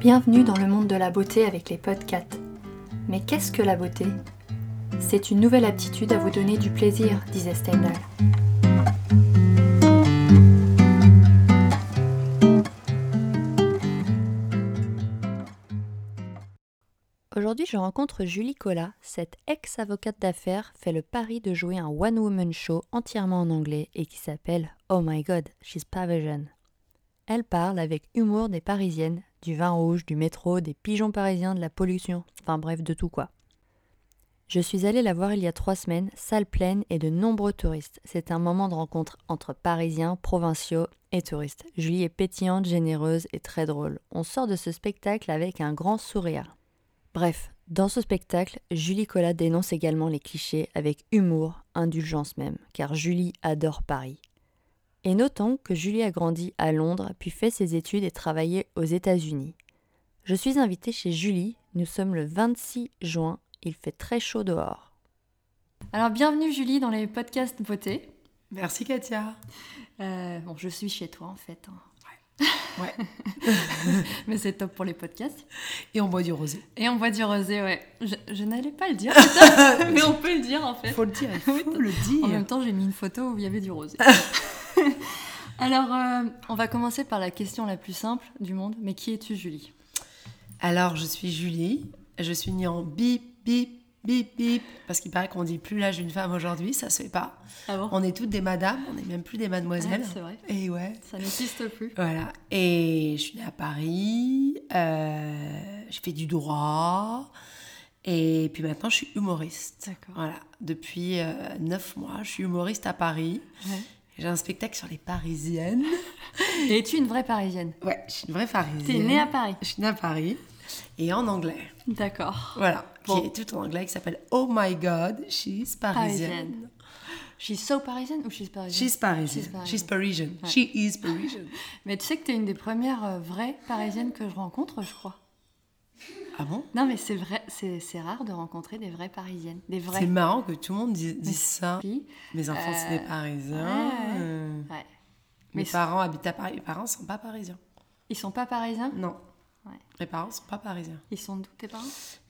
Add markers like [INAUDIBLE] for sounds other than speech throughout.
bienvenue dans le monde de la beauté avec les podcasts. Mais qu'est-ce que la beauté C'est une nouvelle aptitude à vous donner du plaisir, disait Stendhal. Aujourd'hui, je rencontre Julie Collat. Cette ex-avocate d'affaires fait le pari de jouer un one-woman show entièrement en anglais et qui s'appelle Oh My God, She's Parisian. Elle parle avec humour des parisiennes, du vin rouge, du métro, des pigeons parisiens, de la pollution, enfin bref, de tout quoi. Je suis allée la voir il y a trois semaines, salle pleine et de nombreux touristes. C'est un moment de rencontre entre parisiens, provinciaux et touristes. Julie est pétillante, généreuse et très drôle. On sort de ce spectacle avec un grand sourire. Bref, dans ce spectacle, Julie Collat dénonce également les clichés avec humour, indulgence même, car Julie adore Paris. Et notons que Julie a grandi à Londres, puis fait ses études et travaillé aux États-Unis. Je suis invitée chez Julie, nous sommes le 26 juin, il fait très chaud dehors. Alors bienvenue Julie dans les podcasts beauté. Merci Katia. Euh, bon, je suis chez toi en fait. hein. Ouais. [LAUGHS] Mais c'est top pour les podcasts. Et on boit du rosé. Et on boit du rosé, ouais. Je, je n'allais pas le [LAUGHS] dire, peut-être, mais on peut le dire en fait. Faut le dire, il faut Oui, le En dire. même temps, j'ai mis une photo où il y avait du [LAUGHS] rosé. Alors, euh, on va commencer par la question la plus simple du monde. Mais qui es-tu, Julie Alors, je suis Julie. Je suis née en bip, bip, bip, bip. Parce qu'il paraît qu'on dit plus l'âge d'une femme aujourd'hui, ça se fait pas. Ah bon On est toutes des madames, on n'est même plus des mademoiselles. Ouais, c'est vrai. Et ouais. Ça n'existe plus. Voilà. Et je suis née à Paris. euh, j'ai fait du droit. Et puis maintenant, je suis humoriste. D'accord. Voilà. Depuis euh, neuf mois, je suis humoriste à Paris. Ouais. J'ai un spectacle sur les Parisiennes. Et es-tu une vraie Parisienne Ouais, je suis une vraie Parisienne. T'es née à Paris. Je suis née à Paris et en anglais. D'accord. Voilà, Bon. qui est tout en anglais, qui s'appelle Oh My God, She's Parisienne. Parisienne. She's so parisienne ou she's parisienne She's Parisienne. She's Parisienne. She's Parisian. She is [LAUGHS] Parisian. Mais tu sais que t'es une des premières euh, vraies parisiennes que je rencontre, je crois. Ah bon Non, mais c'est vrai, c'est c'est rare de rencontrer des vraies parisiennes. Des C'est vraies marrant que tout le monde dise, dise ça. filles. Mes enfants, c'est des Parisiens. ouais. euh, Ouais. Mais mes parents habitent à Paris. Mes parents sont pas parisiens. ils sont pas parisiens Non. Ouais. Mes parents sont pas parisiens. Ils sont d'où tes parents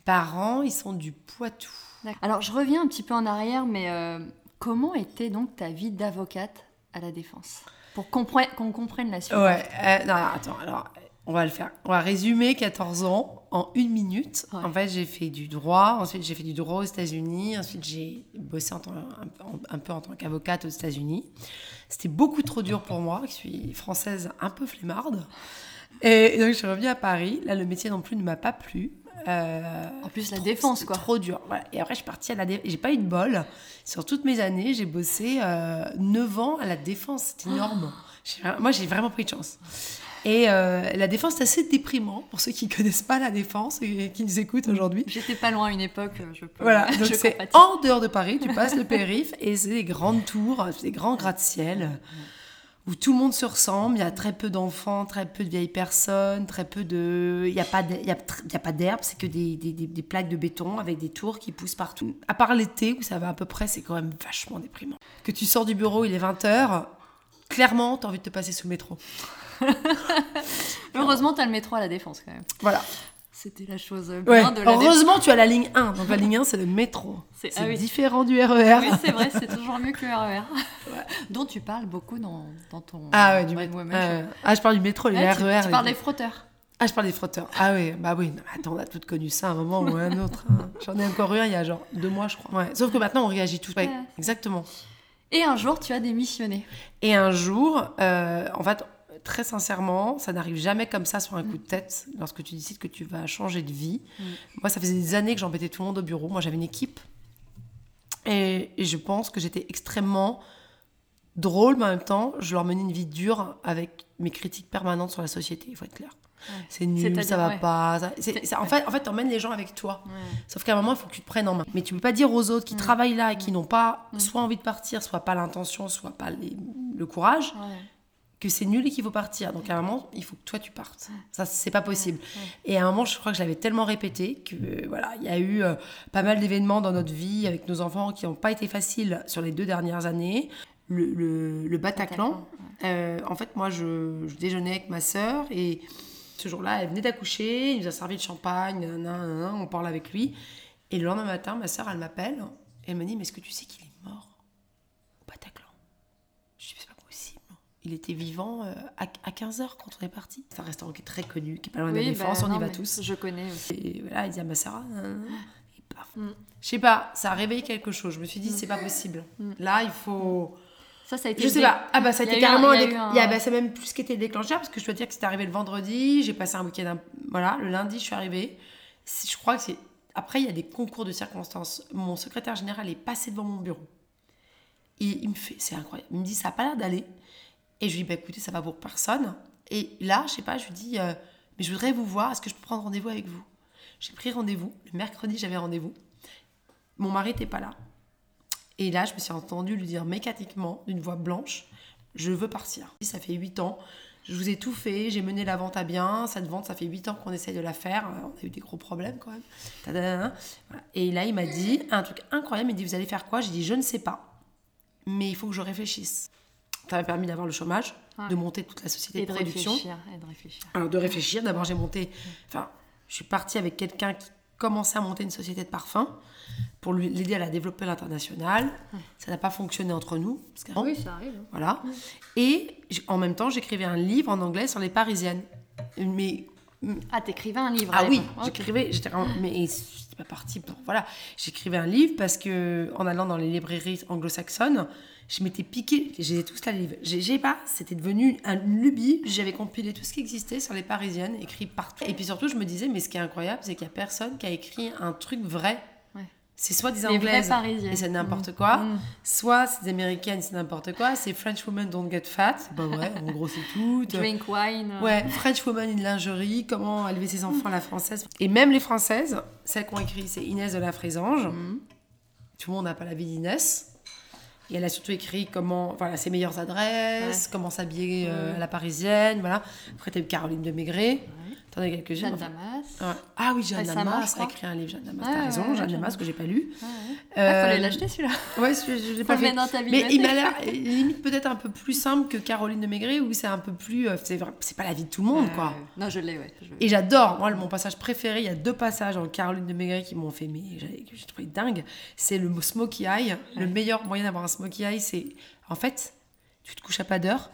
Parents, ils sont du Poitou. D'accord. Alors, je reviens un petit peu en arrière, mais euh, comment était donc ta vie d'avocate à la Défense Pour compre- qu'on comprenne la suite. Ouais, euh, non, alors, attends, alors on va le faire. On va résumer 14 ans en une minute. Ouais. En fait, j'ai fait du droit, ensuite j'ai fait du droit aux États-Unis, ensuite j'ai bossé en tant- un, peu- en- un peu en tant qu'avocate aux États-Unis. C'était beaucoup trop dur pour moi, qui suis française un peu flemmarde. Et donc je suis revenue à Paris. Là, le métier non plus ne m'a pas plu. Euh, En plus, la trop- Défense, c'était quoi. Trop dur. Voilà. Et après, je suis partie à la défense. J'ai pas eu de bol. Sur toutes mes années, j'ai bossé 9 ans à la défense. C'était Ah. énorme. J'ai vra- Moi, j'ai vraiment pris de chance. Et euh, la défense, c'est assez déprimant pour ceux qui [LAUGHS] connaissent pas la défense et qui nous écoutent Mm. aujourd'hui. J'étais pas loin à une époque, euh, je peux. Voilà, [LAUGHS] donc je c'est Oh compatis. en dehors de Paris, tu passes le périph' et c'est des grandes tours, c'est des grands gratte-ciel où tout le monde se ressemble, il y a très peu d'enfants, très peu de vieilles personnes, très peu de... Il n'y a pas de- il y a tr- il y a pas d'herbe, c'est que des, des- des- des plaques de béton avec des tours qui poussent partout. À part l'été où ça va à peu près, c'est quand même vachement déprimant. Que tu sors du bureau, il est 20h, clairement, tu as envie de te passer sous le métro. Heureusement, t'as le métro à la Défense quand même. Voilà. C'était la chose euh, Ouais. bien de la Défense. Heureusement, tu as la ligne 1, donc la ligne 1, c'est le métro. C'est- C'est ah oui. différent du E RER. Oui, c'est vrai, c'est toujours mieux que le E RER. Dont tu parles beaucoup dans, dans ton. Ah ouais, du One métro. Woman Euh, E ah, je parle du métro, Show. les Ouais, tu- RER. tu, les- parles des frotteurs. Ah, je parle des frotteurs. Ah oui, bah oui. Non, mais attends, on a toutes connu ça à un moment ou à un autre. [LAUGHS] hein. J'en ai encore eu un il y a genre deux mois, je crois. Ouais. Sauf que maintenant, on réagit tous. Ouais, Ouais. Exactement. Et un jour, tu as démissionné. Et un jour, euh, en fait, très sincèrement, ça n'arrive jamais comme ça sur un coup de tête lorsque tu décides que tu vas changer de vie. Mm. Moi, ça faisait des années que j'embêtais tout le monde au bureau. Moi, j'avais une équipe. Et, et je pense que j'étais extrêmement drôle, mais en même temps, je leur menais une vie dure avec mes critiques permanentes sur la société, il faut être clair. Ouais. C'est nul, C'est-à-dire, ça va ouais. pas. ça- c'est- ça- en fait, en fait, t'emmènes les gens avec toi. Sauf qu'à un moment, il faut que tu te prennes en main. Mais tu peux pas dire aux autres qui travaillent là et qui n'ont pas soit envie de partir, soit pas l'intention, soit pas les- le courage, Ouais. que c'est nul et qu'il faut partir. Donc à un moment, il faut que toi tu partes. Ça, c'est pas possible. Et à un moment, je crois que je l'avais tellement répété que euh, voilà, il y a eu euh, pas mal d'événements dans notre vie avec nos enfants qui n'ont pas été faciles sur les deux dernières années. Le, le- le Bataclan. Bataclan, euh, en fait, moi, je, je déjeunais avec ma sœur et ce jour-là, elle venait d'accoucher, il nous a servi le champagne, nanana, on parle avec lui. Et le lendemain matin, ma soeur, elle m'appelle et elle me dit Mais est-ce que tu sais qu'il est mort au Bataclan Je dis C'est pas possible. Il était vivant euh, à, à 15h quand on est parti. C'est un restaurant qui est très connu, qui est pas loin de la Oui, bah, Défense, on y non, va mais tous. Je connais aussi. Et voilà, elle dit à ma soeur Nanana. Et paf. Mm. Je sais pas, ça a réveillé quelque chose. Je me suis dit C'est pas possible. Mm. Là, il faut. Ça, ça a été. Je sais le dé- pas. Ah bah ça a Il y a été eu un- carrément. il y a déc- eu un- il y a- bah, c'est même plus ce qui était le déclencheur parce que je dois dire que c'est arrivé le vendredi. J'ai passé un week-end. un- Voilà, le lundi je suis arrivée. C'est- Je crois que c'est. Après il y a des concours de circonstances. Mon secrétaire général est passé devant mon bureau. Et il me fait, c'est incroyable. Il me dit ça a pas l'air d'aller. Et je lui dis bah écoutez ça va pour personne. Et là je sais pas, je lui dis euh, mais je voudrais vous voir. Est-ce que je peux prendre rendez-vous avec vous J'ai pris rendez-vous. Le mercredi j'avais rendez-vous. Mon mari n'était pas là. Et là, je me suis entendue lui dire mécaniquement, d'une voix blanche, je veux partir. Ça fait 8 ans, je vous ai tout fait, j'ai mené la vente à bien. Cette vente, ça fait 8 ans qu'on essaye de la faire. euh, On a eu des gros problèmes quand même. Tadadadada. Voilà. Et là, il m'a dit un truc incroyable. Il m'a dit, vous allez faire quoi J'ai dit, je ne sais pas. Mais il faut que je réfléchisse. Ça m'a permis d'avoir le chômage, Ouais. de monter toute la société Et de de production. réfléchir. Et de réfléchir. Alors de réfléchir, d'abord j'ai monté, enfin je suis partie avec quelqu'un qui commençait à monter une société de parfums pour lui- l'aider à la développer à l'international. Ça n'a pas fonctionné entre nous. parce que- Oui, ça arrive. hein. Voilà. Et j- en même temps j'écrivais un livre en anglais sur les Parisiennes. Mais Ah, t'écrivais un livre. à ah oui, l'époque. Ok. j'écrivais, j'étais vraiment- mais c'était pas parti pour voilà, j'écrivais un livre parce que en allant dans les librairies anglo-saxonnes, je m'étais piqué, j'ai tous la livre. J'ai j'ai pas, c'était devenu un lubie, j'avais compilé tout ce qui existait sur les parisiennes, écrit partout. Et puis surtout, je me disais mais ce qui est incroyable, c'est qu'il y a personne qui a écrit un truc vrai. Ouais. C'est soit des Des vraies anglaises Parisiennes. et c'est n'importe Mm. quoi, Mm. soit c'est des américaines, c'est n'importe quoi, c'est French women don't get fat, bah ouais, en gros c'est tout. Drink wine. euh, Ouais, French Woman in lingerie, comment élever ses enfants à la française. Et même les françaises, celles qui ont écrit, c'est Inès de la Frésange. Mm. Tout le monde n'a pas la vie d'Inès. Et elle a surtout écrit comment, voilà, ses meilleures adresses, comment s'habiller Mm. euh, à la parisienne, voilà. Après, t'as eu Caroline de Maigret. T'en as quelques-unes. Jeanne enfin. Damas. Ouais. Ah oui, Jeanne Récemment, je Damas a crois. Ah écrit un livre, Jeanne Damas, Ouais, t'as ouais, raison, ouais, Jeanne Jeanne Damas, que j'ai pas lu. Ouais, ouais. Euh, Ah, fallait l'acheter celui-là. Ouais, je, je- je l'ai Ça pas revient fait. dans ta Mais il bibliothèque. m'a l'air euh, limite peut-être un peu plus simple que Caroline de Maigret, où c'est un peu plus. euh, C'est vrai- c'est pas la vie de tout le monde, quoi. Euh, Non, je l'ai, ouais. je- Et j'adore, moi, mon passage préféré, il y a deux passages en Caroline de Maigret qui m'ont fait, mais j'ai- que j'ai trouvé dingue. C'est le mot smoky eye. Le meilleur moyen d'avoir un smoky eye, c'est en fait, tu te couches à pas d'heure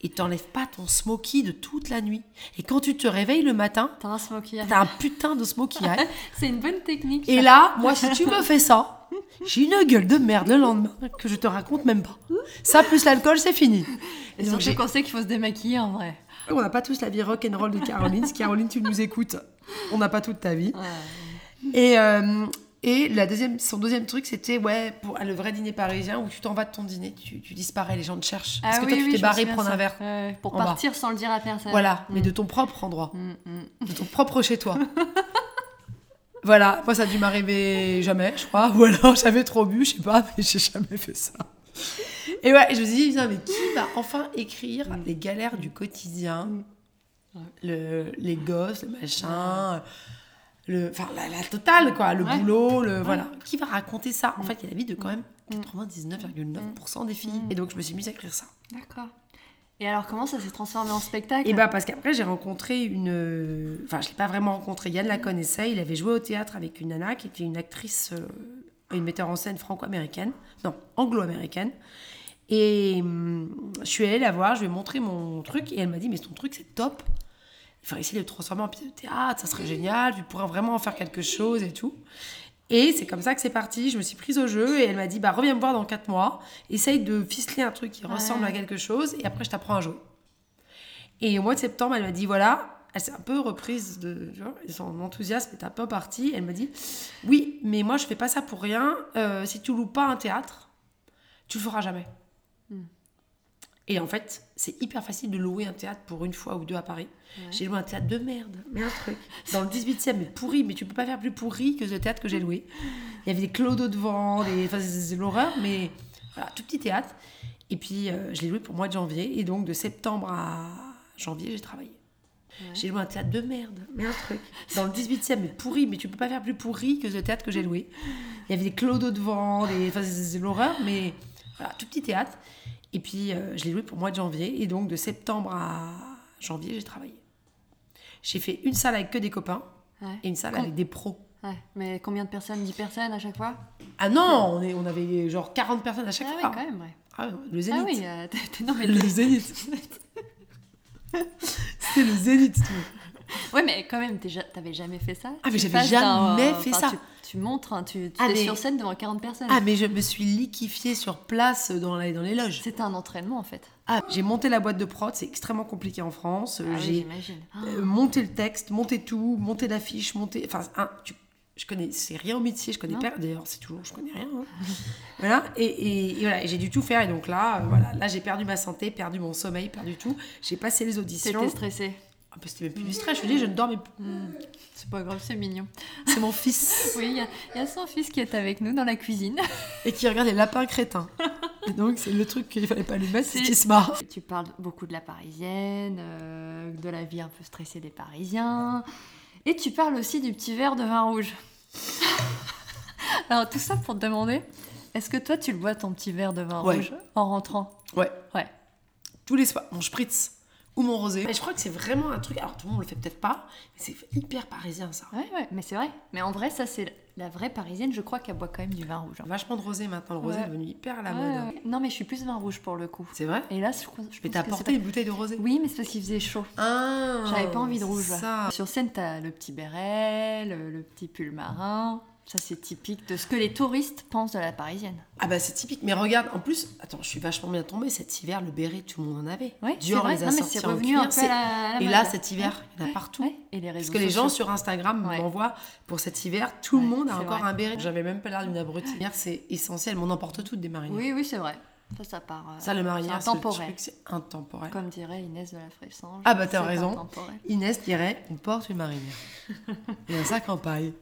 et t'enlèves pas ton smoky de toute la nuit. Et quand tu te réveilles le matin, T'as un smoky. t'as un putain de smoky eye. C'est une bonne technique. Et ça. là, moi, si tu me fais ça, j'ai une gueule de merde le lendemain que je te raconte même pas. Ça, plus l'alcool, c'est fini. Et Donc, surtout j'ai- qu'on sait qu'il faut se démaquiller en vrai. on n'a pas tous la vie rock'n'roll de Caroline. Si Caroline, tu nous écoutes, on n'a pas toute ta vie. Et, euh, et la deuxième, son deuxième truc, c'était ouais, pour le vrai dîner parisien où tu t'en vas de ton dîner, tu, tu disparais, les gens te cherchent. Ah Parce que toi, tu t'es barré prendre un verre. pour en bas. partir sans le dire à personne. Mm, Voilà, mais de ton propre endroit, de ton propre chez toi. [LAUGHS] voilà, moi ça a dû m'arriver jamais, je crois. Ou alors j'avais trop bu, je sais pas, mais j'ai jamais fait ça. Et ouais, je me suis dit, putain, mais qui va enfin écrire Mm. les galères du quotidien le, Les gosses, le machin, le, enfin la, la totale quoi, le Ouais. Mm. boulot, le voilà. Qui va raconter ça En fait, il y a la vie de quand même 99,9% des filles. Mm. Et donc je me suis mise à écrire ça. D'accord. Et alors, comment ça s'est transformé en spectacle Et bah parce qu'après j'ai rencontré une... euh, Enfin je l'ai pas vraiment rencontré, Yann la connaissait, il avait joué au théâtre avec une nana qui était une actrice, euh, une metteur en scène franco-américaine, non, anglo-américaine. Et hum, je suis allée la voir, je lui ai montré mon truc et elle m'a dit mais ton truc c'est top. Il faudrait essayer de le transformer en pièce de théâtre, ça serait génial, tu pourrais vraiment en faire quelque chose et tout. Et c'est comme ça que c'est parti. Je me suis prise au jeu et elle m'a dit bah reviens me voir dans 4 mois, essaye de ficeler un truc qui ressemble à quelque chose et après je t'apprends à jouer. Et au mois de septembre, elle m'a dit voilà, elle s'est un peu reprise de tu vois, son enthousiasme est un peu parti. Elle m'a dit oui, mais moi je fais pas ça pour rien. Euh, si tu loues pas un théâtre, tu le feras jamais. Et en fait, c'est hyper facile de louer un théâtre pour une fois ou deux à Paris. J'ai loué un théâtre de merde, mais un truc. Dans le 18e, mais pourri, mais tu peux pas faire plus pourri que ce théâtre que j'ai loué. Il y avait des clodos devant, des... enfin, c'est c'est l'horreur, mais voilà, tout petit théâtre. Et puis, euh, je l'ai loué pour le mois de janvier. Et donc, de septembre à janvier, j'ai travaillé. J'ai loué un théâtre de merde, mais un truc. Dans le 18e, mais pourri, mais tu peux pas faire plus pourri que ce théâtre que j'ai loué. Il y avait des clodos devant, des... enfin, c'est c'est l'horreur, mais voilà, tout petit théâtre. Et puis, euh, je l'ai loué pour le mois de janvier. Et donc, de septembre à janvier, j'ai travaillé. J'ai fait une salle avec que des copains Ouais. et une salle Com- avec des pros. Ouais. Mais combien de personnes 10 personnes à chaque fois Ah non, on, est- on avait genre 40 personnes à chaque Ah oui, fois. quand même, ouais. Ah, le zénith. Ah oui, [LAUGHS] euh, [LAUGHS] t'es- t'es- non, mais Le zénith. [LAUGHS] C'était le zénith. tu vois. Ouais, mais quand même, t'es ja- t'avais jamais fait ça Ah, mais Tu j'avais passes d'un, jamais fait enfin, ça. Tu, tu montres, hein, tu, tu Ah, es mais- sur scène devant 40 personnes. Ah mais je me suis liquifiée sur place dans les, dans les loges. C'était un entraînement en fait. Ah, j'ai monté la boîte de prod, c'est extrêmement compliqué en France. Euh, Ah oui, j'ai j'imagine. euh, monté le texte, monté tout, monté l'affiche, monté. Enfin, un, tu- je connais, c'est rien au métier, je connais Non. pas. D'ailleurs, c'est toujours, je connais rien. hein. [LAUGHS] voilà. Et, et- et voilà, et j'ai dû tout faire. Et donc là, euh, voilà, là j'ai perdu ma santé, perdu mon sommeil, perdu tout. J'ai passé les auditions. T'étais stressée. Ah, bah, C'était même plus du stress. Je te dis, je ne dormais plus. C'est pas grave, c'est mignon. C'est mon fils. [LAUGHS] Oui, il y a- il y, a son fils qui est avec nous dans la cuisine. et qui regarde les lapins crétins. Et donc, c'est le truc qu'il fallait pas lui mettre, c'est C'est- qu'il se marre. tu parles beaucoup de la parisienne, euh, de la vie un peu stressée des parisiens. Et tu parles aussi du petit verre de vin rouge. [LAUGHS] Alors tout ça pour te demander, est-ce que toi tu le bois ton petit verre de vin Ouais. rouge en rentrant Ouais. Ouais. Tous les soirs, mon spritz ou mon rosé. Et je crois que c'est vraiment un truc. Alors, tout le monde le fait peut-être pas, mais c'est hyper parisien ça. Ouais, ouais, mais c'est vrai. Mais en vrai, ça, c'est la vraie parisienne, je crois qu'elle boit quand même du vin rouge. hein. Vachement de rosé maintenant. Le rosé Ouais. est devenu hyper à la Ah, Ouais, mode. ouais. Non, mais je suis plus vin rouge pour le coup. C'est vrai Et là, je, crois- je pense Mais t'as que c'est apporté une bouteille de rosé pas- Oui, mais c'est parce qu'il faisait chaud. Ah J'avais pas envie de rouge. Ça. Sur scène, t'as le petit béret, le, le petit pull marin. Ça, c'est typique de ce que les touristes pensent de la parisienne. Ah bah c'est typique. Mais regarde, en plus, attends, je suis vachement bien tombée. Cet hiver, le béret, tout le monde en avait. Ouais, c'est Dior vrai. les a Non, mais sortis c'est en revenu cuir. un peu à la, à la Et mode. là, cet hiver, il y en a partout. Ouais, Et les Parce réseaux que les gens sociaux. sur Instagram Ouais. m'envoient pour cet hiver, tout le Ouais, monde a c'est encore vrai. un béret. J'avais même pas l'air d'une abrutie. Hier, C'est essentiel, mais on emporte toutes des marinières. Oui, oui, c'est vrai. Ça, ça part. euh, Ça, le mariage, c'est c'est le intemporel. truc, c'est intemporel. Comme dirait Inès de la Fressange. Ah bah, t'as c'est raison. intemporel. Inès dirait on porte [LAUGHS] une marinière. Et un sac en paille.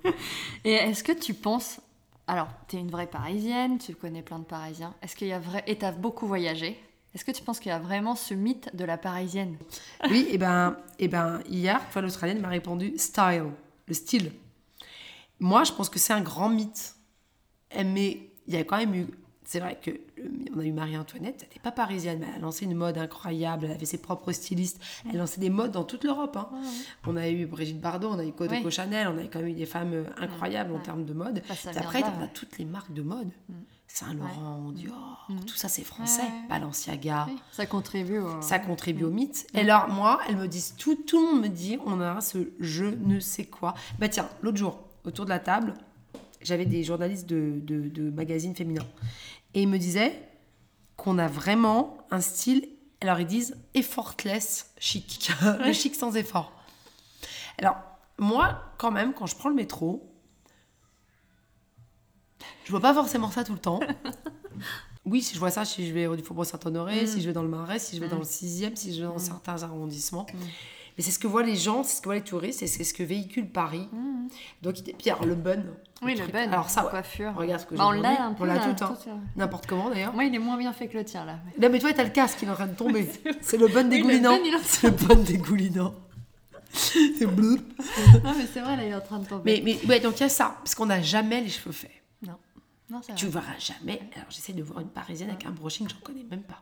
Et est-ce que tu penses. Alors, t'es une vraie parisienne, tu connais plein de parisiens. Est-ce qu'il y a vrai. Et t'as beaucoup voyagé. Est-ce que tu penses qu'il y a vraiment ce mythe de la parisienne Oui, et ben, et ben hier, tu vois, l'Australienne m'a répondu style, le style. Moi, je pense que c'est un grand mythe. Eh, Mais il y a quand même eu. C'est vrai que euh, on a eu Marie-Antoinette, elle n'était pas parisienne, mais elle a lancé une mode incroyable, elle avait ses propres stylistes, elle lançait des modes dans toute l'Europe. hein. On a eu Brigitte Bardot, on a eu Coco Oui. Chanel, on a quand même eu des femmes euh, incroyables en Ouais. termes de mode. Bah, ça Puis vient après, de là, on a ouais. toutes les marques de mode. Saint-Laurent, Dior, Mm. tout ça c'est français. Ouais, ouais, ouais. Balenciaga, Ça contribue au. ça contribue au mythe. Et alors, moi, elles me disent tout, tout le monde me dit, on a ce je ne sais quoi. Bah tiens, l'autre jour, autour de la table, j'avais des journalistes de, de, de magazines féminins. Et ils me disaient qu'on a vraiment un style, alors ils disent effortless chic, [LAUGHS] le chic sans effort. Alors, moi, quand même, quand je prends le métro, je vois pas forcément ça tout [LAUGHS] le temps. Oui, si je vois ça, si je vais au Faubourg Saint-Honoré, Mm. si je vais dans le Marais, si je vais dans Mm. le 6e, si je vais dans certains arrondissements. Mm. Mais c'est ce que voient les gens, c'est ce que voient les touristes, et c'est ce que véhicule Paris. Mmh. Donc, il- Pierre, le bun. Oui, le truc- bun. Alors, ça, ouais. coiffure. Regarde ce que Bah, on j'ai l'a un aujourd'hui. peu. On l'a là, tout, hein. tout, euh. N'importe comment d'ailleurs. Moi, il est moins bien fait que le [LAUGHS] tien là. Non, mais toi, t'as le casque qui est en train de tomber. c'est le bun [LAUGHS] Oui, le dégoulinant. bun, il en le bun dégoulinant. [LAUGHS] c'est bleu. Non, mais c'est vrai, là, il est en train de tomber. Mais, mais ouais, donc il y a ça, parce qu'on n'a jamais les cheveux faits. Non, c'est Tu vrai. verras jamais. Alors j'essaie de voir une parisienne avec un brushing, j'en connais même pas.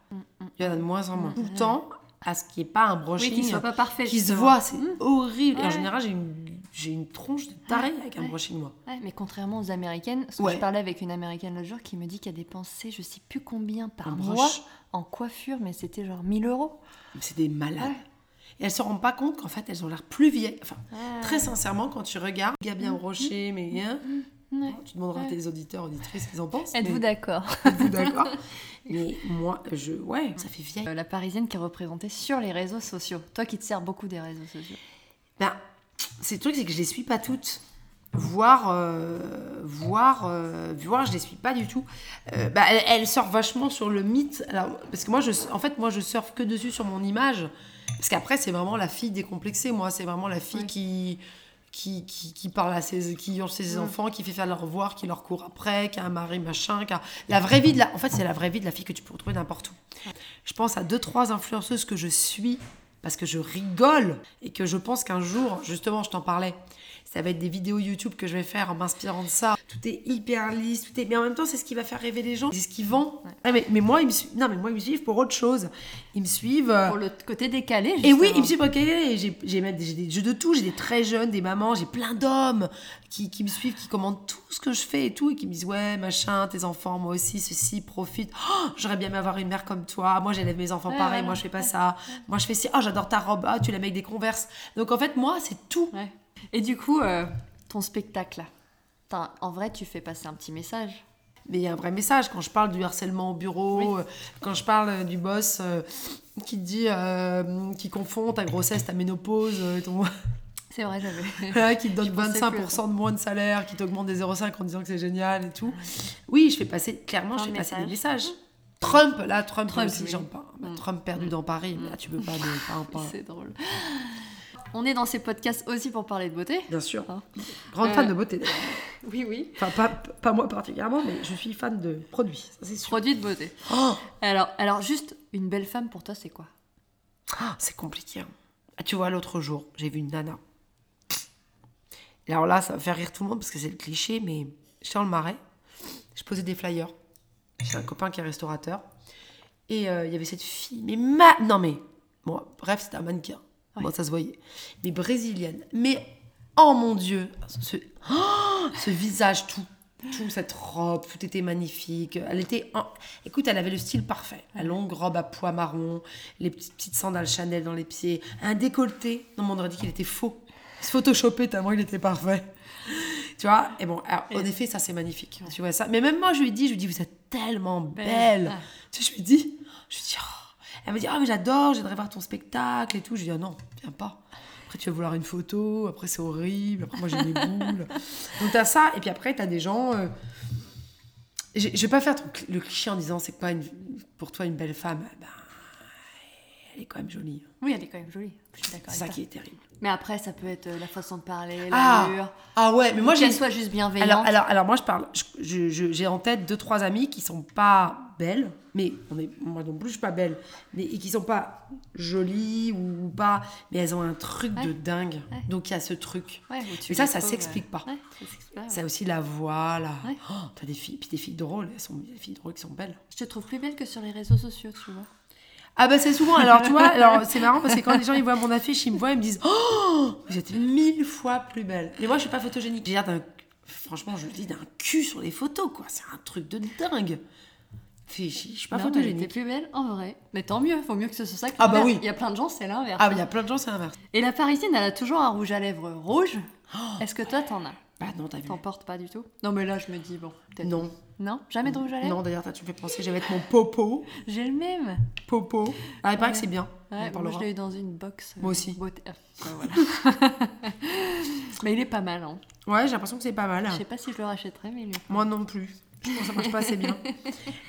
Il y en a de moins en moins. Mm, Pourtant, à ce qu'il n'y ait pas Mm. un Oui, brushing qu'il soit pas parfait. qui se justement. voit, c'est horrible. Et en Ouais. général, j'ai une, j'ai une tronche de taré avec un Ouais. brushing, moi. Ouais, mais contrairement aux américaines, parce que Ouais. je parlais avec une américaine l'autre jour qui me dit qu'elle dépensait je sais plus combien par Un mois brush. en coiffure, mais c'était genre 1000 euros. Mais C'est des malades. Ouais. Et elles se rendent pas compte qu'en fait, elles ont l'air plus vieilles. Enfin, Ouais. très sincèrement, quand tu regardes, gars bien broché, mais hein, Ouais. tu demanderas à Ouais. tes auditeurs, auditrices, ce qu'ils en pensent. Êtes-vous mais- d'accord Êtes-vous d'accord [LAUGHS] Mais moi, je. Ouais, ça fait vieille. [LAUGHS] Euh, La parisienne qui est représentée sur les réseaux sociaux. Toi qui te sers beaucoup des réseaux sociaux. Ben, c'est le truc, c'est que je les suis pas toutes. Voire, euh, voire, euh, voire, je les suis pas du tout. Euh, bah, elle, elle surfe vachement sur le mythe. Alors, parce que moi, je, en fait, moi, je surfe que dessus sur mon image. Parce qu'après, c'est vraiment la fille décomplexée. Moi, c'est vraiment la fille Ouais. qui, qui, qui, qui parle à ses, qui hurle ses Mm. enfants, qui fait faire leur revoir, qui leur court après, qui a un mari machin, qui a la vraie vie de la. En fait, c'est la vraie vie de la fille que tu peux retrouver n'importe où. Je pense à deux, trois influenceuses que je suis parce que je rigole et que je pense qu'un jour, justement, je t'en parlais, Ça va être des vidéos YouTube que je vais faire en m'inspirant de ça. Tout est hyper lisse, tout est. Mais en même temps, c'est ce qui va faire rêver les gens. C'est ce qui vend. Ouais. Ah, mais, mais moi, ils me suivent. Non, mais moi, ils me suivent pour autre chose. Ils me suivent. euh, Pour le côté décalé, et oui, justement. ils me suivent. Ok, et j'ai j'ai même des, j'ai des jeux de tout. J'ai des très jeunes, des mamans, j'ai plein d'hommes qui, qui me suivent, qui commandent tout ce que je fais et tout, et qui me disent ouais machin, tes enfants, moi aussi, ceci, profite. Oh, J'aurais bien aimé avoir une mère comme toi. Moi, j'élève mes enfants Ouais, pareil. voilà. Moi, je fais pas ça. Moi, je fais ci. Ah, j'adore ta robe. Ah, tu la mets avec des converses. Donc en fait, moi, c'est tout. Ouais. Et du coup, euh, ton spectacle, là, Putain, en vrai, tu fais passer un petit message. Mais il y a un vrai message quand je parle du harcèlement au bureau, euh, quand je parle euh, du boss euh, qui te dit, euh, qui confond ta grossesse, ta ménopause, euh, ton- C'est vrai, j'avais. [LAUGHS] voilà, qui te donne Je pensais 25% de moins de salaire, qui t'augmente des 0,5 en disant que c'est génial et tout. Oui, je fais passer, clairement, je Plein fais de passer des messages. messages. Trump, là, Trump, Trump, aussi, oui. j'en parle. Bah, Mm. Trump perdu dans Paris, mais là, tu peux pas, de- pas, pas- C'est drôle. On est dans ces podcasts aussi pour parler de beauté. Bien sûr. Ah. Grande Euh, fan de beauté, d'ailleurs. Oui, oui. Enfin, pas, pas moi particulièrement, mais je suis fan de produits, ça, c'est sûr. Produit de beauté. Oh Alors, alors juste, une belle femme pour toi, c'est quoi Ah, c'est compliqué. hein. Ah, Tu vois, l'autre jour, j'ai vu une nana. Et alors là, ça va faire rire tout le monde parce que c'est le cliché, mais j'étais dans le marais, je posais des flyers. J'ai un copain qui est restaurateur. Et euh, il y avait cette fille, mais ma... Non mais, bon, bref, c'était un mannequin. Ouais. Moi, ça se voyait. Mais brésilienne. Mais, oh mon Dieu, ce, oh, ce visage, tout, tout, cette robe, tout était magnifique. Elle était... en- Écoute, elle avait le style parfait. La longue robe à pois marron, les petites, petites sandales Chanel dans les pieds, un décolleté. Non, mais on aurait dit qu'il était faux. Il se photoshopait tellement il était parfait. Tu vois Et bon, alors, en effet, ça, c'est magnifique. Tu vois ça Mais même moi, je lui ai dit, je lui ai dit, vous êtes tellement belle. Ah. Belle. Tu sais, je lui ai dit, je lui ai dit, oh. elle m'a dit, ah, mais j'adore, j'aimerais voir ton spectacle et tout. Je lui ai dit, ah non, viens pas. Après, tu vas vouloir une photo, après, c'est horrible, après, moi, j'ai des [LAUGHS] boules. Donc, t'as ça, et puis après, t'as des gens. euh, Je je vais pas faire ton cl- le cliché en disant, c'est quoi une, pour toi une belle femme Ben, Elle est quand même jolie. hein. Oui, elle est quand même jolie. Je suis d'accord C'est avec ça toi. qui est terrible. Mais après, ça peut être euh, la façon de parler, Ah, l'allure. ah ouais, mais moi, j'ai Qu'elle soit juste bienveillante. Alors, alors, alors moi, je parle. je- je- je- J'ai en tête deux, trois amies qui sont pas belles, mais on est, moi non plus, je suis pas belle, mais, et qui sont pas jolies ou pas, mais elles ont un truc de Ouais. dingue. Ouais. Donc, il y a ce truc. Ouais, où tu Mais ça, les ça trouves, s'explique euh, pas. ouais, ça s'explique pas, ouais. C'est aussi la voix, là. Ouais. Oh, T'as des filles, puis des filles drôles, elles sont des filles drôles qui sont belles. Je te trouve plus belle que sur les réseaux sociaux, tu vois. Ah bah c'est souvent, alors [LAUGHS] tu vois, alors c'est marrant parce que quand les gens ils voient mon affiche, ils me voient, ils me disent Oh, vous êtes mille fois plus belle. Mais moi je suis pas photogénique. J'ai l'air d'un, franchement je le dis, d'un cul sur les photos quoi. C'est un truc de dingue. Fais chier, je suis pas Non, mais t'es photogénique. plus belle en vrai. Mais tant mieux, faut mieux que ce soit ça que Ah bah l'inverse. oui. Il y a plein de gens, c'est l'inverse. Ah, mais il y a plein de gens, c'est l'inverse. Et la parisienne, elle a toujours un rouge à lèvres rouge. Oh. Est-ce que toi, t'en as Bah non, t'as vu. T'en portes pas du tout Non, mais là, je me dis, bon, peut-être. Non. Non Jamais de rouge à lèvres Non, d'ailleurs, t'as- tu me fais penser, j'avais mon popo. J'ai le même. Popo. Ah, il paraît que c'est bien. On en Ouais, moi, parlera. je l'ai eu dans une box. euh, Moi aussi. beauté- Ah, [LAUGHS] bah, voilà. [LAUGHS] mais il est pas mal, hein. Ouais, j'ai l'impression que c'est pas mal. Je sais pas si je le rachèterais, mais il est pas Moi non plus. Je pense que ça marche pas [LAUGHS] assez bien.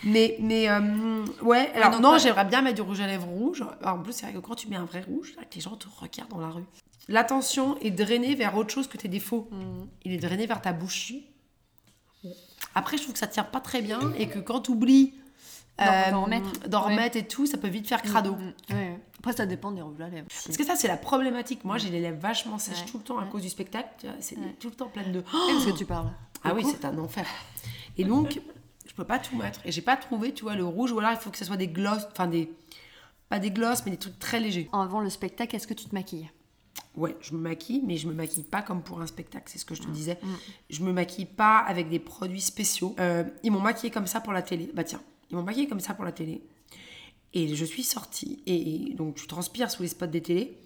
Mais, mais euh, ouais, alors donc, non, ouais. j'aimerais bien mettre du rouge à lèvres rouge. Alors, en plus, c'est vrai que quand tu mets un vrai rouge, là, les gens te regardent dans la rue. L'attention est drainée vers autre chose que tes défauts. Mm. Il est drainé vers ta bouche. Après, je trouve que ça tient pas très bien et que quand tu oublies Mm. D'en- euh, d'en remettre. d'en Ouais. remettre et tout, ça peut vite faire crado. Mm, mm, ouais. Après, ça dépend des hein. rouges à lèvres. Parce que ça, c'est la problématique. Moi, j'ai les lèvres vachement sèches Ouais. tout le temps à Ouais. cause du spectacle. tu vois, C'est Ouais. tout le temps plein [GASPS] de. Oh, Et parce que tu parles. Ah oui, c'est un enfer. Et donc, je peux pas tout mettre. Et j'ai pas trouvé, tu vois, le rouge. Ou alors, il faut que ce soit des glosses, enfin des. Pas des glosses, mais des trucs très légers. Avant le spectacle, est-ce que tu te maquilles Ouais, je me maquille, mais je me maquille pas comme pour un spectacle, c'est ce que je te Mm. disais. Je me maquille pas avec des produits spéciaux. Euh, ils m'ont maquillée comme ça pour la télé. Bah tiens, ils m'ont maquillée comme ça pour la télé. Et je suis sortie. Et, et donc, tu transpires sous les spots des télés.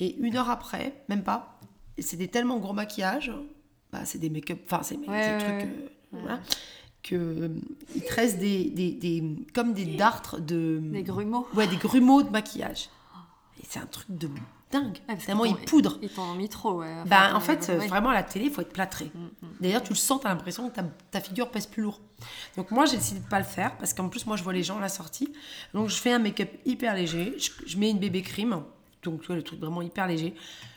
Et une heure après, même pas, c'est des tellement gros maquillages. Bah, c'est des make-up, enfin, c'est des Ouais, trucs. ouais, ouais. euh, voilà, que euh, il te reste des, des, des- comme des dartres de Des grumeaux ouais des grumeaux de maquillage et c'est un truc de dingue Ouais, parce que tellement t'en- ils poudrent Ils t'en ont mis trop, ouais. bah, Enfin, en fait, euh, euh, ouais. Mm, vraiment, à la télé, il faut être plâtré. D'ailleurs, tu le sens, tu as l'impression que ta, ta figure pèse plus lourd. Donc, moi, j'ai décidé de pas le faire parce qu'en plus, moi, je vois les gens à la sortie. Donc, je fais un make-up hyper léger. Je, je mets une bébé crime. Donc, tu vois, le truc vraiment hyper léger.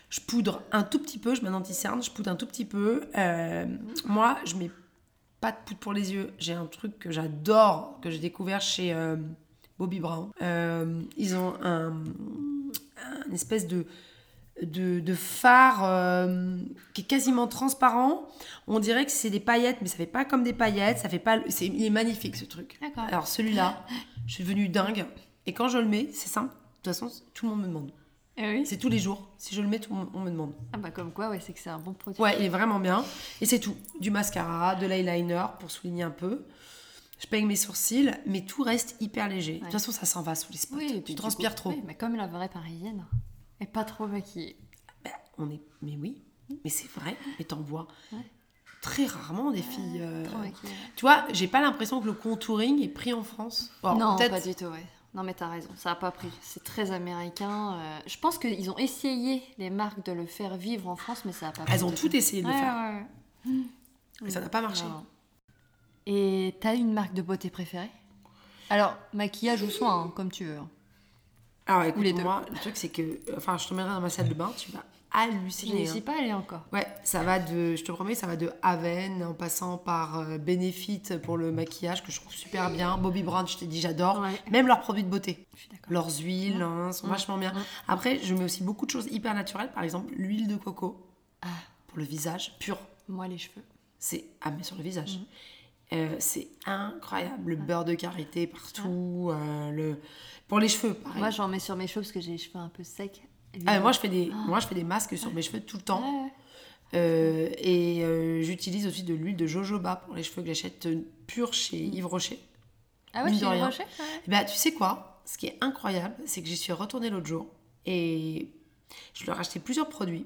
Je poudre un tout petit peu. Je mets un anti-cerne. Je poudre un tout petit peu. Euh, moi, je mets pas de poudre pour les yeux. J'ai un truc que j'adore, que j'ai découvert chez euh, Bobby Brown. Euh, ils ont un, un espèce de de, de phare euh, qui est quasiment transparent. On dirait que c'est des paillettes, mais ça fait pas comme des paillettes. Ça fait pas. le- c'est- il est magnifique ce truc. D'accord. Alors celui-là, je suis devenue dingue. Et quand je le mets, c'est simple. De toute façon, tout le monde me demande. Eh oui. C'est tous les jours. Si je le mets, tout le monde on me demande. Ah bah comme quoi, ouais, c'est que c'est un bon produit. Ouais, il est vraiment bien. Et c'est tout. Du mascara, de l'eyeliner pour souligner un peu. Je peigne mes sourcils, mais tout reste hyper léger. De toute façon, ça s'en va sous les spots. Oui, et puis tu du transpires coup- trop. oui, mais comme la vraie parisienne. Et pas trop maquillée. On est... Mais oui, mais c'est vrai. Mais t'en vois très rarement des filles. euh, Trop maquillée. Tu vois, j'ai pas l'impression que le contouring est pris en France. Bon, non, peut-être- pas du tout, ouais. Non, mais t'as raison, ça a pas pris. C'est très américain. euh, je pense qu'ils ont essayé, les marques, de le faire vivre en France, mais ça a pas pris. Elles ont du tout tout. essayé de le Ouais, faire. ouais, ouais. Et ça n'a pas marché. Non. Et t'as une marque de beauté préférée Alors, maquillage ou soin, hein, comme tu veux. Alors Ou les écoute, deux. moi, le truc c'est que. Enfin, je te mènerai dans ma salle de bain, tu vas Je halluciner. n'y hein. suis pas allée encore. Ouais, ça va de, je te promets, ça va de Aven en passant par euh, Benefit pour le maquillage que je trouve super bien. Bobby Brown, je t'ai dit, j'adore. Ouais. Même leurs produits de beauté, Je suis d'accord. leurs huiles hein, sont Mmh. vachement bien. Mmh. Après, je mets aussi beaucoup de choses hyper naturelles, par exemple l'huile de coco Ah. pour le visage pur. Moi, les cheveux. C'est ah mais sur le Mm. visage. Euh, c'est incroyable, le beurre de karité partout, euh, le pour les cheveux pareil. Moi, j'en mets sur mes cheveux parce que j'ai les cheveux un peu secs. Ah, mais moi je fais des moi je fais des masques sur mes cheveux tout le temps. Ouais, ouais. Euh, et euh, j'utilise aussi de l'huile de jojoba pour les cheveux que j'achète euh, pure chez Mm. Yves Rocher. Ah ouais, Mine tu de les rien. recherches, ouais. Et bah, tu sais quoi Ce qui est incroyable, c'est que j'y suis retournée l'autre jour et je leur ai acheté plusieurs produits.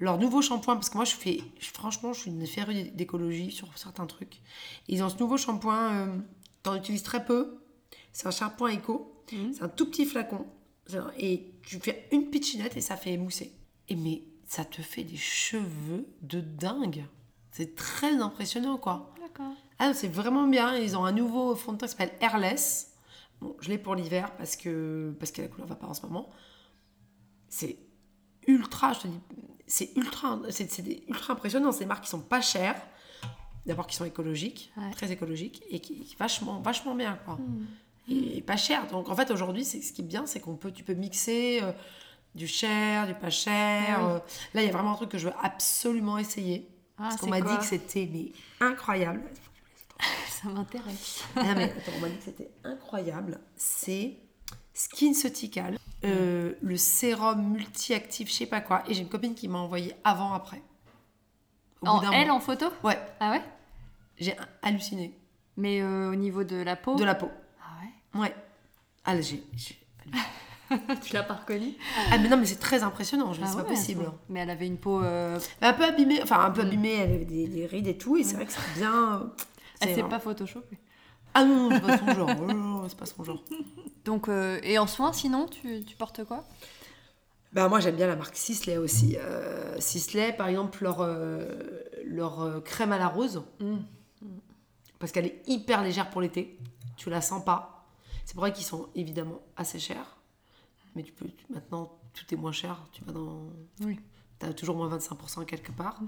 Leur nouveau shampoing, parce que moi, je fais, je- franchement, je suis une férue d'é- d'écologie sur certains trucs. Ils ont ce nouveau shampoing, euh, t'en utilises très peu. C'est un shampoing éco. Mhm. C'est un tout petit flacon. C'est un- Et tu fais une pitchinette et ça fait émousser. Et mais ça te fait des cheveux de dingue. C'est très impressionnant, quoi. D'accord. Ah, non, c'est vraiment bien. Ils ont un nouveau fond de teint qui s'appelle Airless. Bon, je l'ai pour l'hiver parce que, parce que la couleur va pas en ce moment. C'est ultra, je te dis, c'est ultra, c'est c'est des- ultra impressionnant. C'est des marques qui sont pas chères. D'abord, qui sont écologiques, Ouais. Hmm. très écologiques, et qui, qui vachement, vachement bien, quoi. Et pas cher. Donc, en fait, aujourd'hui, c'est ce qui est bien, c'est qu'on peut, tu peux mixer euh, du cher, du pas cher. Ah oui. euh. là, il y a vraiment un truc que je veux absolument essayer. Ah, parce qu'on c'est m'a quoi dit que c'était mais, incroyable. [LAUGHS] Ça m'intéresse. Ah mais [LAUGHS] attends, on m'a dit que c'était incroyable. C'est SkinCeutical, euh, le sérum multi-actif, je sais pas quoi. Et j'ai une copine qui m'a envoyé avant après. Au bout En d'un elle, mois. en photo Ouais, Ah ouais j'ai halluciné Mais euh, au niveau de la peau de la peau. Ah ouais Ouais. Ah, j'ai- j'ai- Tu l'as pas reconnue Ah, mais non mais c'est très impressionnant, je me dis, Ah c'est ouais, pas possible. attends. Mais elle avait une peau. euh, Mais un peu abîmée, enfin un peu abîmée, elle avait des, des rides et tout, et c'est vrai que c'est bien. euh, Elle c'est s'est un- Ah, pas photoshopée. Ah non, non, c'est pas son genre. [LAUGHS] Oh, non, non, c'est pas son genre. Donc, euh, et en soin, sinon, tu, tu portes quoi Bah moi j'aime bien la marque Sisley aussi. Euh, Sisley par exemple leur, euh, leur euh, crème à la rose Hmm. parce qu'elle est hyper légère pour l'été. Tu la sens pas. C'est pour ça qu'ils sont évidemment assez chers. Mais tu peux tu- maintenant tout est moins cher. Tu vas dans Oui. T'as toujours moins 25% quelque part.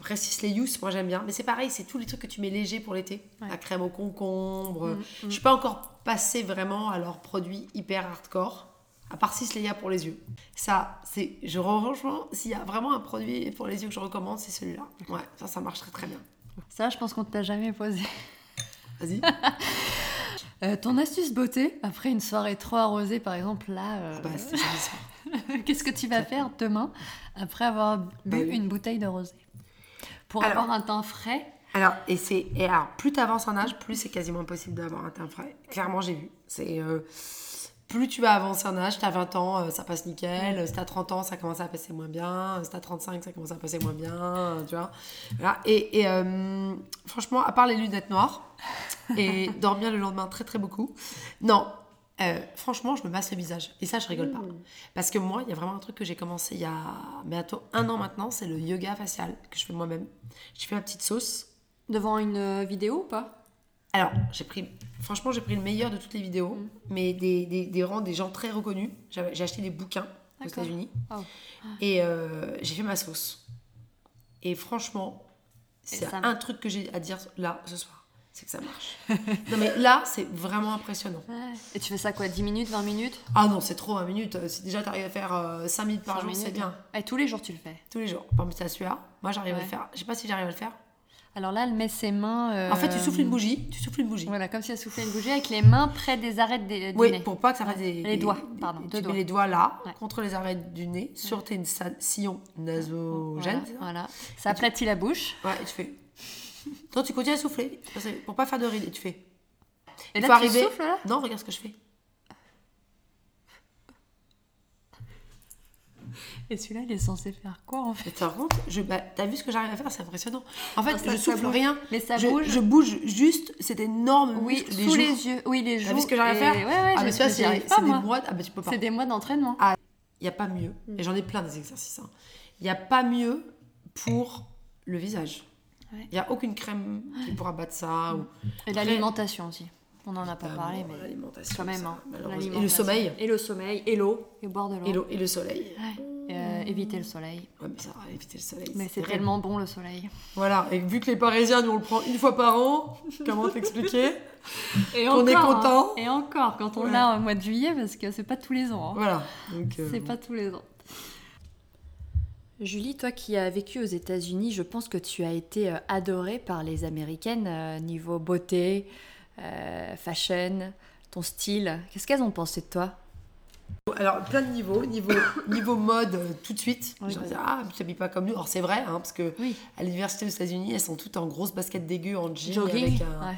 Après, Sisley Youth, moi j'aime bien. Mais c'est pareil, c'est tous les trucs que tu mets léger pour l'été. Ouais. Mm, La crème au concombre. Je suis pas encore passée vraiment à leurs produits hyper hardcore. À part Sisleya pour les yeux. Ça, c'est. Je rejoins. S'il y a vraiment un produit pour les yeux que je recommande, c'est celui-là. Ouais, ça, ça marche très très bien. Ça, je pense qu'on ne t'a jamais posé. Vas-y. [LAUGHS] Bah, Euh, ton astuce beauté, après une soirée trop arrosée, par exemple, là, euh, bah, c'est ça, c'est ça. [LAUGHS] qu'est-ce que tu vas faire demain après avoir bu Bah oui. une bouteille de rosé Pour Alors- avoir un teint frais Alors, et c'est et alors, plus t'avances en âge, plus c'est quasiment impossible d'avoir un teint frais. Clairement, j'ai vu. C'est euh, plus tu vas avancer en âge, t'as 20 ans, euh, ça passe nickel. Euh, Si t'as 30 ans, ça commence à passer moins bien. Euh, Si t'as 35, ça commence à passer moins bien. euh, Tu vois. Voilà. Et, et, euh, franchement, à part les lunettes noires et dormir le lendemain très très beaucoup, non. euh, franchement, je me masse le visage. Et ça, je rigole pas. Parce que moi, il y a vraiment un truc que j'ai commencé il y a bientôt un an maintenant, c'est le yoga facial que je fais moi-même. Je fais ma petite sauce. devant une euh, vidéo ou pas Alors, j'ai pris, franchement, j'ai pris le meilleur de toutes les vidéos, Mm. mais des, des, des rangs, des gens très reconnus. J'avais- J'ai acheté des bouquins aux D'accord. États-Unis Oh. et euh, j'ai fait ma sauce. Et franchement, Et c'est ça- un truc que j'ai à dire là ce soir. c'est que [LAUGHS] ça marche. non, mais là, c'est vraiment impressionnant. Ouais. Et tu fais ça quoi 10 minutes, 20 minutes Ah non, c'est trop, 20 minutes. Euh, Si déjà t'arrives à faire 5 minutes par 5 jour, minutes, c'est bien. hein. Et tous les jours tu le fais. Tous les jours. Parmi ta sueur, moi j'arrive à Ouais. le faire. Je sais pas si j'arrive à le faire. Alors là, elle met ses mains. euh, En fait, tu souffles une bougie, tu souffles une bougie. Voilà, comme si elle soufflait une bougie avec les mains près des arêtes des, du Oui, nez. pour pas que ça fasse Ouais. des. Les des- doigts, des- pardon, deux Tu doigts. mets les doigts là, Ouais. contre les arêtes du nez, sur tes sa- sillons Voilà, nasogènes. c'est ça voilà. Ça aplatit la bouche. Ouais, et tu fais. Toi, tu continues à souffler parce que- pour pas faire de rides. Et tu fais. Et Il là, faut tu arriver- souffles là Non, regarde ce que je fais. Et celui-là, il est censé faire quoi en fait Mais tu te rends compte je... bah, T'as vu ce que j'arrive à faire C'est impressionnant. En fait, Non, Ah, ça- je ça souffle bouge. rien. Mais ça je, bouge. je bouge juste cet énorme Oui, muscle des sous joues. les yeux. Oui, les joues. T'as vu ce que j'arrive à et- faire Ouais, ouais, Ah, mais je- ça, j'y arrive c'est pas, c'est des Ah, moi. mois. Ah, bah, tu peux pas. C'est des mois d'entraînement. Il n'y a pas mieux. Mm. Et j'en ai plein des exercices. hein. Il n'y a pas mieux pour le visage. Il Ouais. n'y a aucune crème qui pourra battre ça. Ou... Et l'alimentation aussi. On n'en a pas Ah, parlé, bon, mais l'alimentation, quand même. ça, hein, malheureusement. Et le l'alimentation. sommeil. Et le sommeil. Et l'eau. Et boire de l'eau. Et l'eau- et le soleil. Ouais. Et, euh, éviter le soleil. Ouais, mais ça va éviter le soleil. Mais c'est terrible. tellement bon le soleil. Voilà, et vu que les Parisiens, nous, on le prend une fois par an, [LAUGHS] comment t'expliquer Et Qu'on est hein. content. Et encore, quand on Ouais. l'a au mois de juillet, parce que c'est pas tous les ans. hein. Voilà. Donc, euh, C'est pas tous les ans. Julie, toi qui as vécu aux États-Unis, je pense que tu as été euh, adorée par les Américaines euh, niveau beauté, euh, fashion, ton style. Qu'est-ce qu'elles ont pensé de toi Alors, plein de niveaux. Niveau, niveau mode, euh, tout de suite. Oui. Genre, ah, tu t'habilles pas comme nous. Alors, c'est vrai, hein, parce que Oui. à l'université des États-Unis, elles sont toutes en grosse basket dégueu, en jean. Jogging. Avec un... ouais.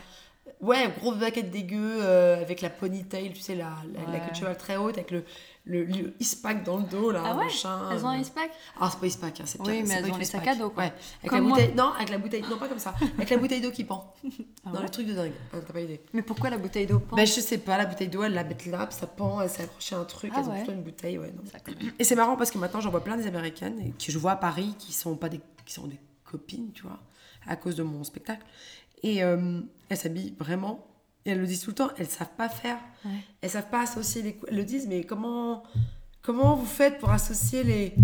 Ouais, grosse basket dégueu, euh, avec la ponytail, tu sais, la, la, la Ouais. queue de cheval très haute, avec le, le, le pack dans le dos, là, Ah ouais machin. Elles ont un pack Ah, c'est pas Ispac, hein, c'est Oui, pire, mais c'est elles pas ont que les Ispac. sacs à dos, quoi. Ouais, avec Comme la moi. bouteille... Non, avec la bouteille... Non, pas comme ça. Avec la bouteille d'eau qui pend. Ah non, ouais le truc de dingue. Ah, T'as pas idée. Mais pourquoi la bouteille d'eau pend Ben, je sais pas, la bouteille d'eau, elle la mettent là, puis ça pend, elle s'est accrochée à un truc, Ah elles ont ouais. plutôt une bouteille, ouais. non. Ça, quand Et c'est marrant parce que maintenant, j'en vois plein des Américaines et que je vois à Paris qui sont pas des... qui sont des copines, tu vois, à cause de mon spectacle. Et euh, elles s'habillent vraiment... Et elles le disent tout le temps, elles savent pas faire. Ouais. Elles savent pas associer les... cou- Elles le disent, mais comment... Comment vous faites pour associer les...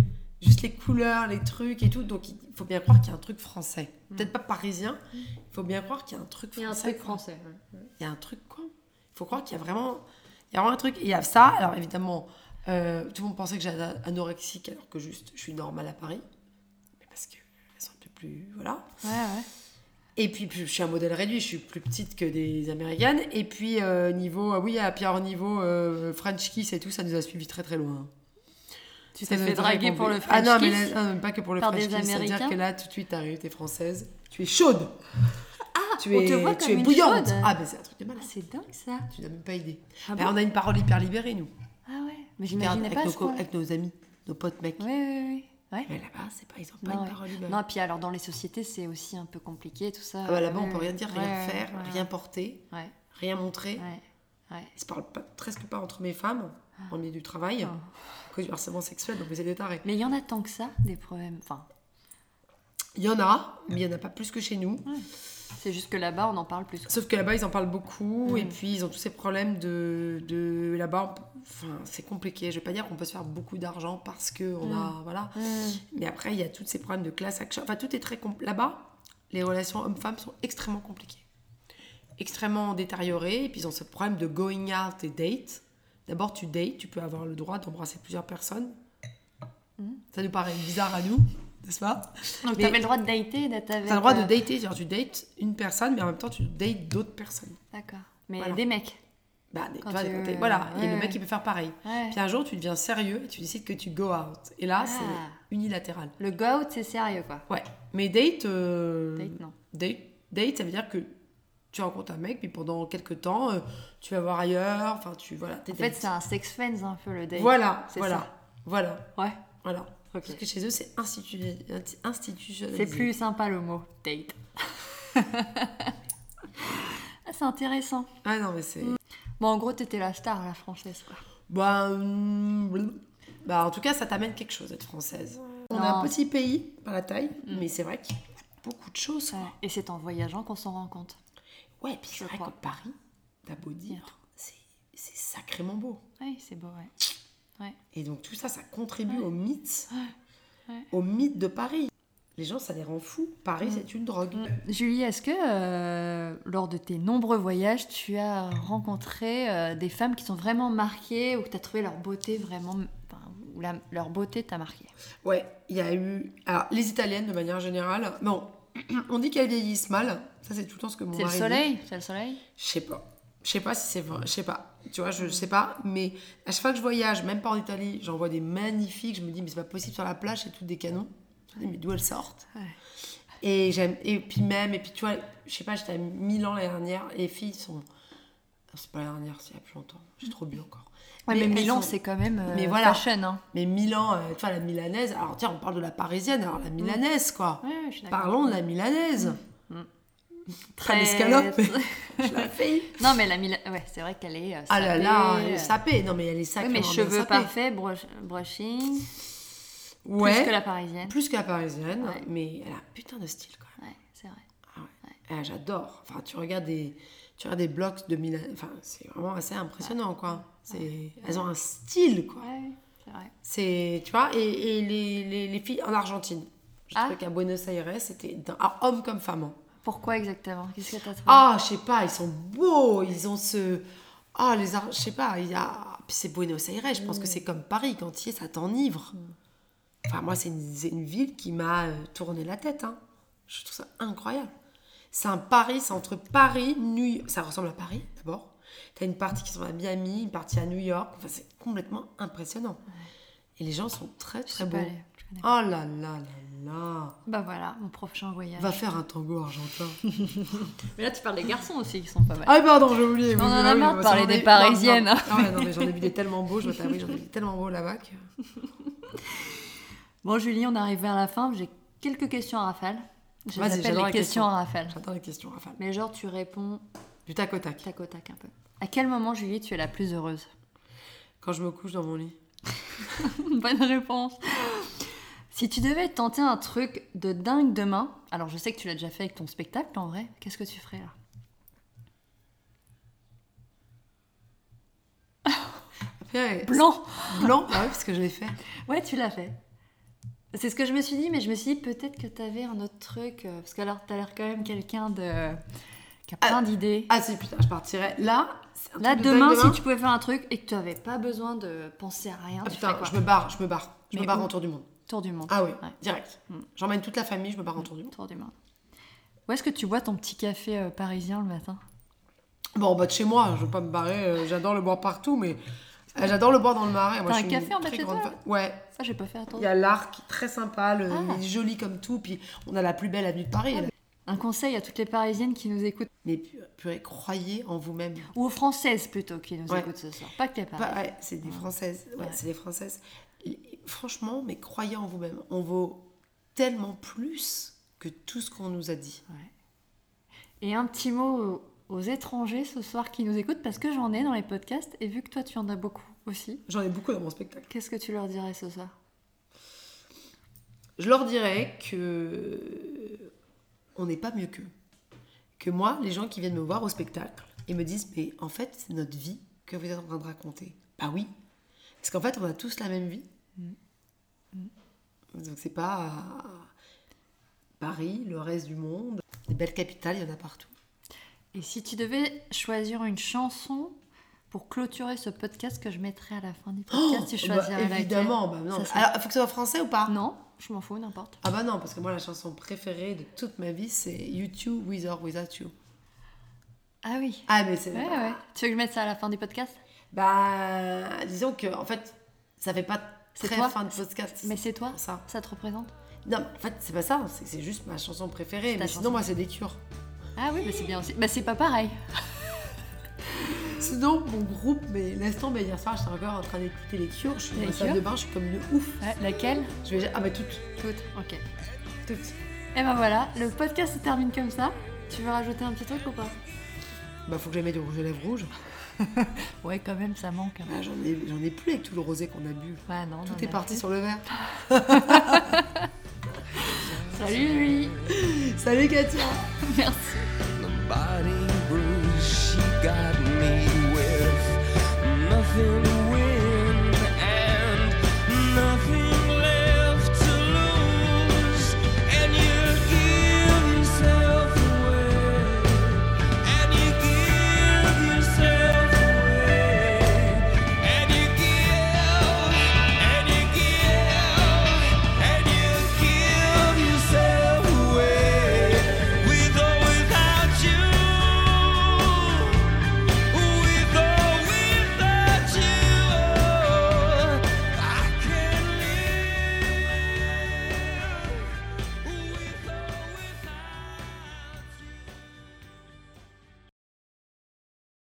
Juste les couleurs, les trucs et tout. Donc, il faut bien croire qu'il y a un truc français. Peut-être pas parisien. Il faut bien croire qu'il Mm. y a un truc français. quoi français. il y a un truc quoi il faut croire qu'il y a vraiment il y a vraiment un truc Et il y a ça alors évidemment euh, tout le monde pensait que j'étais anorexique alors que juste je suis normale à Paris mais parce que elles sont un peu plus voilà Ouais, ouais. et puis plus- je suis un modèle réduit je suis plus petite que des américaines et puis euh, niveau ah oui à Pierre niveau euh, French kiss et tout ça nous a suivis très très loin Tu t'es Ça nous a fait très draguer compris. pour le ah French non mais kiss là- ah, mais pas que pour le par French des kiss c'est à dire Américains que là tout de suite t'arrives t'es française tu es chaude ah tu on es te voit tu comme es une bouillante chaude. ah mais c'est un truc de malade Ah, c'est dingue ça. tu n'as même pas idée Ah, Ben, bon on a une parole hyper libérée, nous. Ah ouais. Mais Hyper- j'imaginais avec, pas nos, ce co- point. avec nos amis, nos potes mecs. Oui, oui, oui. Ouais. Mais là-bas, c'est pas, ils ont pas Non, une ouais. parole libérée. Non, et puis alors dans les sociétés, c'est aussi un peu compliqué tout ça. Ah bah, là-bas, Ouais, on peut rien dire, rien ouais, faire, ouais, rien porter, Ouais, rien montrer. ouais, ouais. Ils se parlent pas, presque pas entre mes femmes, en milieu du travail, Ah. à cause du harcèlement sexuel, donc vous êtes des tarés. Mais il y en a tant que ça, des problèmes. Enfin, Il y en a, mais il y en a pas plus que chez nous. c'est juste que là-bas, on en parle plus. Sauf que là-bas, ils en parlent beaucoup, Mm. et puis ils ont tous ces problèmes de. de là-bas, on peut- enfin, c'est compliqué. Je vais pas dire qu'on peut se faire beaucoup d'argent parce que on a. Voilà. Mais après, il y a tous ces problèmes de classe action. Enfin, tout est très compl- Là-bas, les relations hommes-femmes sont extrêmement compliquées, extrêmement détériorées. Et puis, ils ont ce problème de going out et date. D'abord, tu dates, tu peux avoir le droit d'embrasser plusieurs personnes. Ça nous paraît bizarre à nous, n'est-ce pas Donc Mais- t'avais le droit de dater, d'être avec. Tu as le droit de euh, dater, c'est-à-dire tu dates une personne, mais en même temps, tu dates d'autres personnes. D'accord. Mais Voilà. des mecs. Bah, des- Quand tu vois, tu- des- des- voilà, il y a ouais. le mec qui peut faire pareil. Ouais. Puis un jour, tu deviens sérieux et tu décides que tu go out. Et là, Ah. c'est unilatéral. Le go out, c'est sérieux quoi. Ouais, mais date... euh, Date, non. Date, date, ça veut dire que tu rencontres un mec, puis pendant quelques temps, euh, tu vas voir ailleurs, enfin, tu... Voilà, t'es En fait, date. c'est un sex friends un peu le date. Voilà, c'est voilà, ça. voilà, Ouais. voilà. Ok. Parce que chez eux, c'est institu- inti- institutionnalisé. C'est plus sympa le mot date. [LAUGHS] Ah, c'est intéressant. Ah non, mais c'est... Bon, en gros, t'étais la star, la française, quoi. Bah, hum, blum. bah, en tout cas, ça t'amène quelque chose, être française. On est Non. Mm. un petit pays, par la taille, mais c'est vrai qu'il y a beaucoup de choses, quoi. Ouais. Et c'est en voyageant qu'on s'en rend compte. Ouais, puis Je c'est vrai crois. que Paris, t'as beau dire, c'est c'est sacrément beau. Oui, c'est beau, ouais. Et donc tout ça, ça contribue au mythe, ouais. au mythe de Paris. Les gens, ça les rend fous. Paris, Mm. c'est une drogue. Julie, est-ce que euh, lors de tes nombreux voyages, tu as rencontré euh, des femmes qui sont vraiment marquées ou que tu as trouvé leur beauté vraiment. enfin, ou la- leur beauté t'a marqué Ouais, il y a eu. Alors, les Italiennes, de manière générale, bon, [CLEARS THROAT] on dit qu'elles vieillissent mal. Ça, c'est tout le temps ce que mon C'est le mari dit. soleil C'est le soleil Je sais pas. Je sais pas si c'est Mm. vrai. Je sais pas. Tu vois, je sais pas. Mais à chaque fois que je voyage, même pas en Italie, j'en vois des magnifiques. Je me dis, mais c'est pas possible sur la plage, c'est toutes des canons. Je me dis, mais d'où elles sortent Ouais. Et j'aime. Et puis même, et puis tu vois, je sais pas, j'étais à Milan l'année dernière. Les filles sont. Non, C'est pas la dernière, c'est il y a plus longtemps. J'ai trop bu encore. Ouais, mais, elles Milan, sont- c'est quand même euh, Mais voilà. fashion. Hein. Mais Milan, euh, tu vois, la milanaise. Alors tiens, on parle de la parisienne. Alors la milanaise, quoi. Mm. Ouais, ouais, je suis d'accord. Parlons de [LAUGHS] la milanaise. Très escalope, mais je la fais. non, mais la Mila... ouais, c'est vrai qu'elle est. euh, Ah sapée, là là, elle euh, est sapée. Non, mais elle est ouais, sacrément mais bien cheveux sapée. parfaits, brush- brushing, Ouais. plus que la parisienne. Plus que la parisienne, Ouais. mais elle a un putain de style quand même. Ouais, c'est vrai. Ah, J'adore. Enfin, tu regardes des, tu regardes des blocs de Milan. Enfin, c'est vraiment assez impressionnant, quoi. C'est, elles ont un style, quoi. Ouais, c'est vrai. C'est, tu vois, et, et les, les, les filles en Argentine. Je Ah. trouvais qu'à Buenos Aires, c'était d'un- alors, homme comme femme. hein. Pourquoi exactement Qu'est-ce que t'as trouvé Ah, je sais pas, ils sont beaux, ils ont ce, ah les, Ar- je sais pas, il y a, puis c'est Buenos Aires. Je pense que c'est comme Paris, quand tu y es, ça Mm. t'enivre. Enfin, moi, c'est une, c'est une ville qui m'a euh, tourné la tête. hein. Je trouve ça incroyable. C'est un Paris, c'est entre Paris, New York. Ça ressemble à Paris, d'abord. T'as une partie qui ressemble à Miami, une partie à New York. Enfin, c'est complètement impressionnant. Et les gens sont très, Je sais très beaux. pas, allez, je connais pas. Oh là là là là. Bah voilà, mon prochain voyage. Va faire un tango argentin. Mais là, tu parles des garçons aussi qui sont pas mal. Ah pardon, j'ai oublié. On oui, en oui, a oui, marre de parce parler qu'on des est- non, Parisiennes, Non, hein. non, Ah ouais, non, mais j'en ai vu des tellement beaux, je dois t'avouer, j'en ai vu tellement beaux là-bas. que- Bon, Julie, on arrive vers la fin. J'ai quelques questions à rafale. Je Vas-y, les appelle j'adore les les questions questions. à rafale. J'attends les questions, Raphaël. Mais genre, tu réponds Du tac au tac. tac au tac un peu. À quel moment, Julie, tu es la plus heureuse Quand je me couche dans mon lit. [LAUGHS] Bonne réponse. Si tu devais tenter un truc de dingue demain, alors je sais que tu l'as déjà fait avec ton spectacle en vrai, qu'est-ce que tu ferais là Ouais, Blanc Blanc, ah ouais, parce que je l'ai fait. Ouais, tu l'as fait. C'est ce que je me suis dit, mais je me suis dit peut-être que t'avais un autre truc, euh, parce que alors t'as l'air quand même quelqu'un de qui a plein d'idées. Ah si, putain, je partirais. Là, c'est un Là truc de demain, dingue, si tu pouvais faire un truc et que tu avais pas besoin de penser à rien, Ah tu ferais putain, quoi je me barre, je me barre. Je Mais me barre où en tour du monde. Tour du monde. Ah oui, Ouais. direct. Mm. J'emmène toute la famille, je me barre en tour du monde. Tour du monde. Où est-ce que tu bois ton petit café euh, parisien le matin Bon, en bas de chez moi, je veux pas me barrer, euh, j'adore le boire partout, mais euh, j'adore le boire dans le marais. Moi, T'as je un suis café une en bas de très chez grande toi fan. Ouais, Ça, j'ai pas fait il y attention. a l'arc, très sympa, le, Ah. il est joli comme tout, puis on a la plus belle avenue de Paris. Ah, là. Un conseil à toutes les parisiennes qui nous écoutent, Mais pu- purée, croyez en vous-même. ou aux françaises plutôt qui nous Ouais. écoutent ce soir, pas que les parisiennes. Pas- Bah ouais, c'est des Françaises. Ouais, Ouais. c'est des Françaises. Et- Franchement, mais croyez en vous-même. On vaut tellement plus que tout ce qu'on nous a dit. Et un petit mot aux aux étrangers ce soir qui nous écoutent, parce que j'en ai dans les podcasts, et vu que toi tu en as beaucoup aussi, J'en ai beaucoup dans mon spectacle. qu'est-ce que tu leur dirais ce soir Je leur dirais que on n'est pas mieux qu'eux. Que moi, les gens qui viennent me voir au spectacle, ils me disent mais en fait c'est notre vie que vous êtes en train de raconter. Bah oui, parce qu'en fait on a tous la même vie. Donc c'est pas euh, Paris, le reste du monde, les belles capitales, il y en a partout. Et si tu devais choisir une chanson pour clôturer ce podcast que je mettrai à la fin du podcast, tu Oh, bah, choisirais laquelle évidemment, bah non. Ça serait- Alors faut que ce soit français ou pas Non, je m'en fous, n'importe. Ah bah non, parce que moi la chanson préférée de toute ma vie c'est You Two With or Without You. Ah oui. Ah mais c'est Ouais, ouais. Tu veux que je mette ça à la fin du podcast Bah, disons que en fait, ça fait pas C'est très toi, fin de podcast. Mais c'est toi pour ça. Ça te représente Non, mais en fait, c'est pas ça. C'est c'est juste ma chanson préférée. ta Mais chanson. sinon, moi, c'est des cures. Ah oui, bah c'est bien aussi. Bah c'est pas pareil. Sinon, mon groupe, mais laisse tomber. Hier soir, j'étais encore en train d'écouter les cures. Je suis Les dans la salle Cures de bain, je suis comme une ouf. Ouais, laquelle Je vais ah bah toutes, Toutes. Ok. toutes. Et ben voilà, le podcast se termine comme ça. Tu veux rajouter un petit truc ou pas Bah, faut que j'aille mettre du rouge à lèvres rouge. Ouais, quand même, ça manque. Bah, j'en ai, j'en ai plus avec tout le rosé qu'on a bu. Ouais, Ah, non, Tout est parti sur le verre. Salut, Julie. Salut Katia. [LAUGHS] Merci. the body bruise she got me with nothing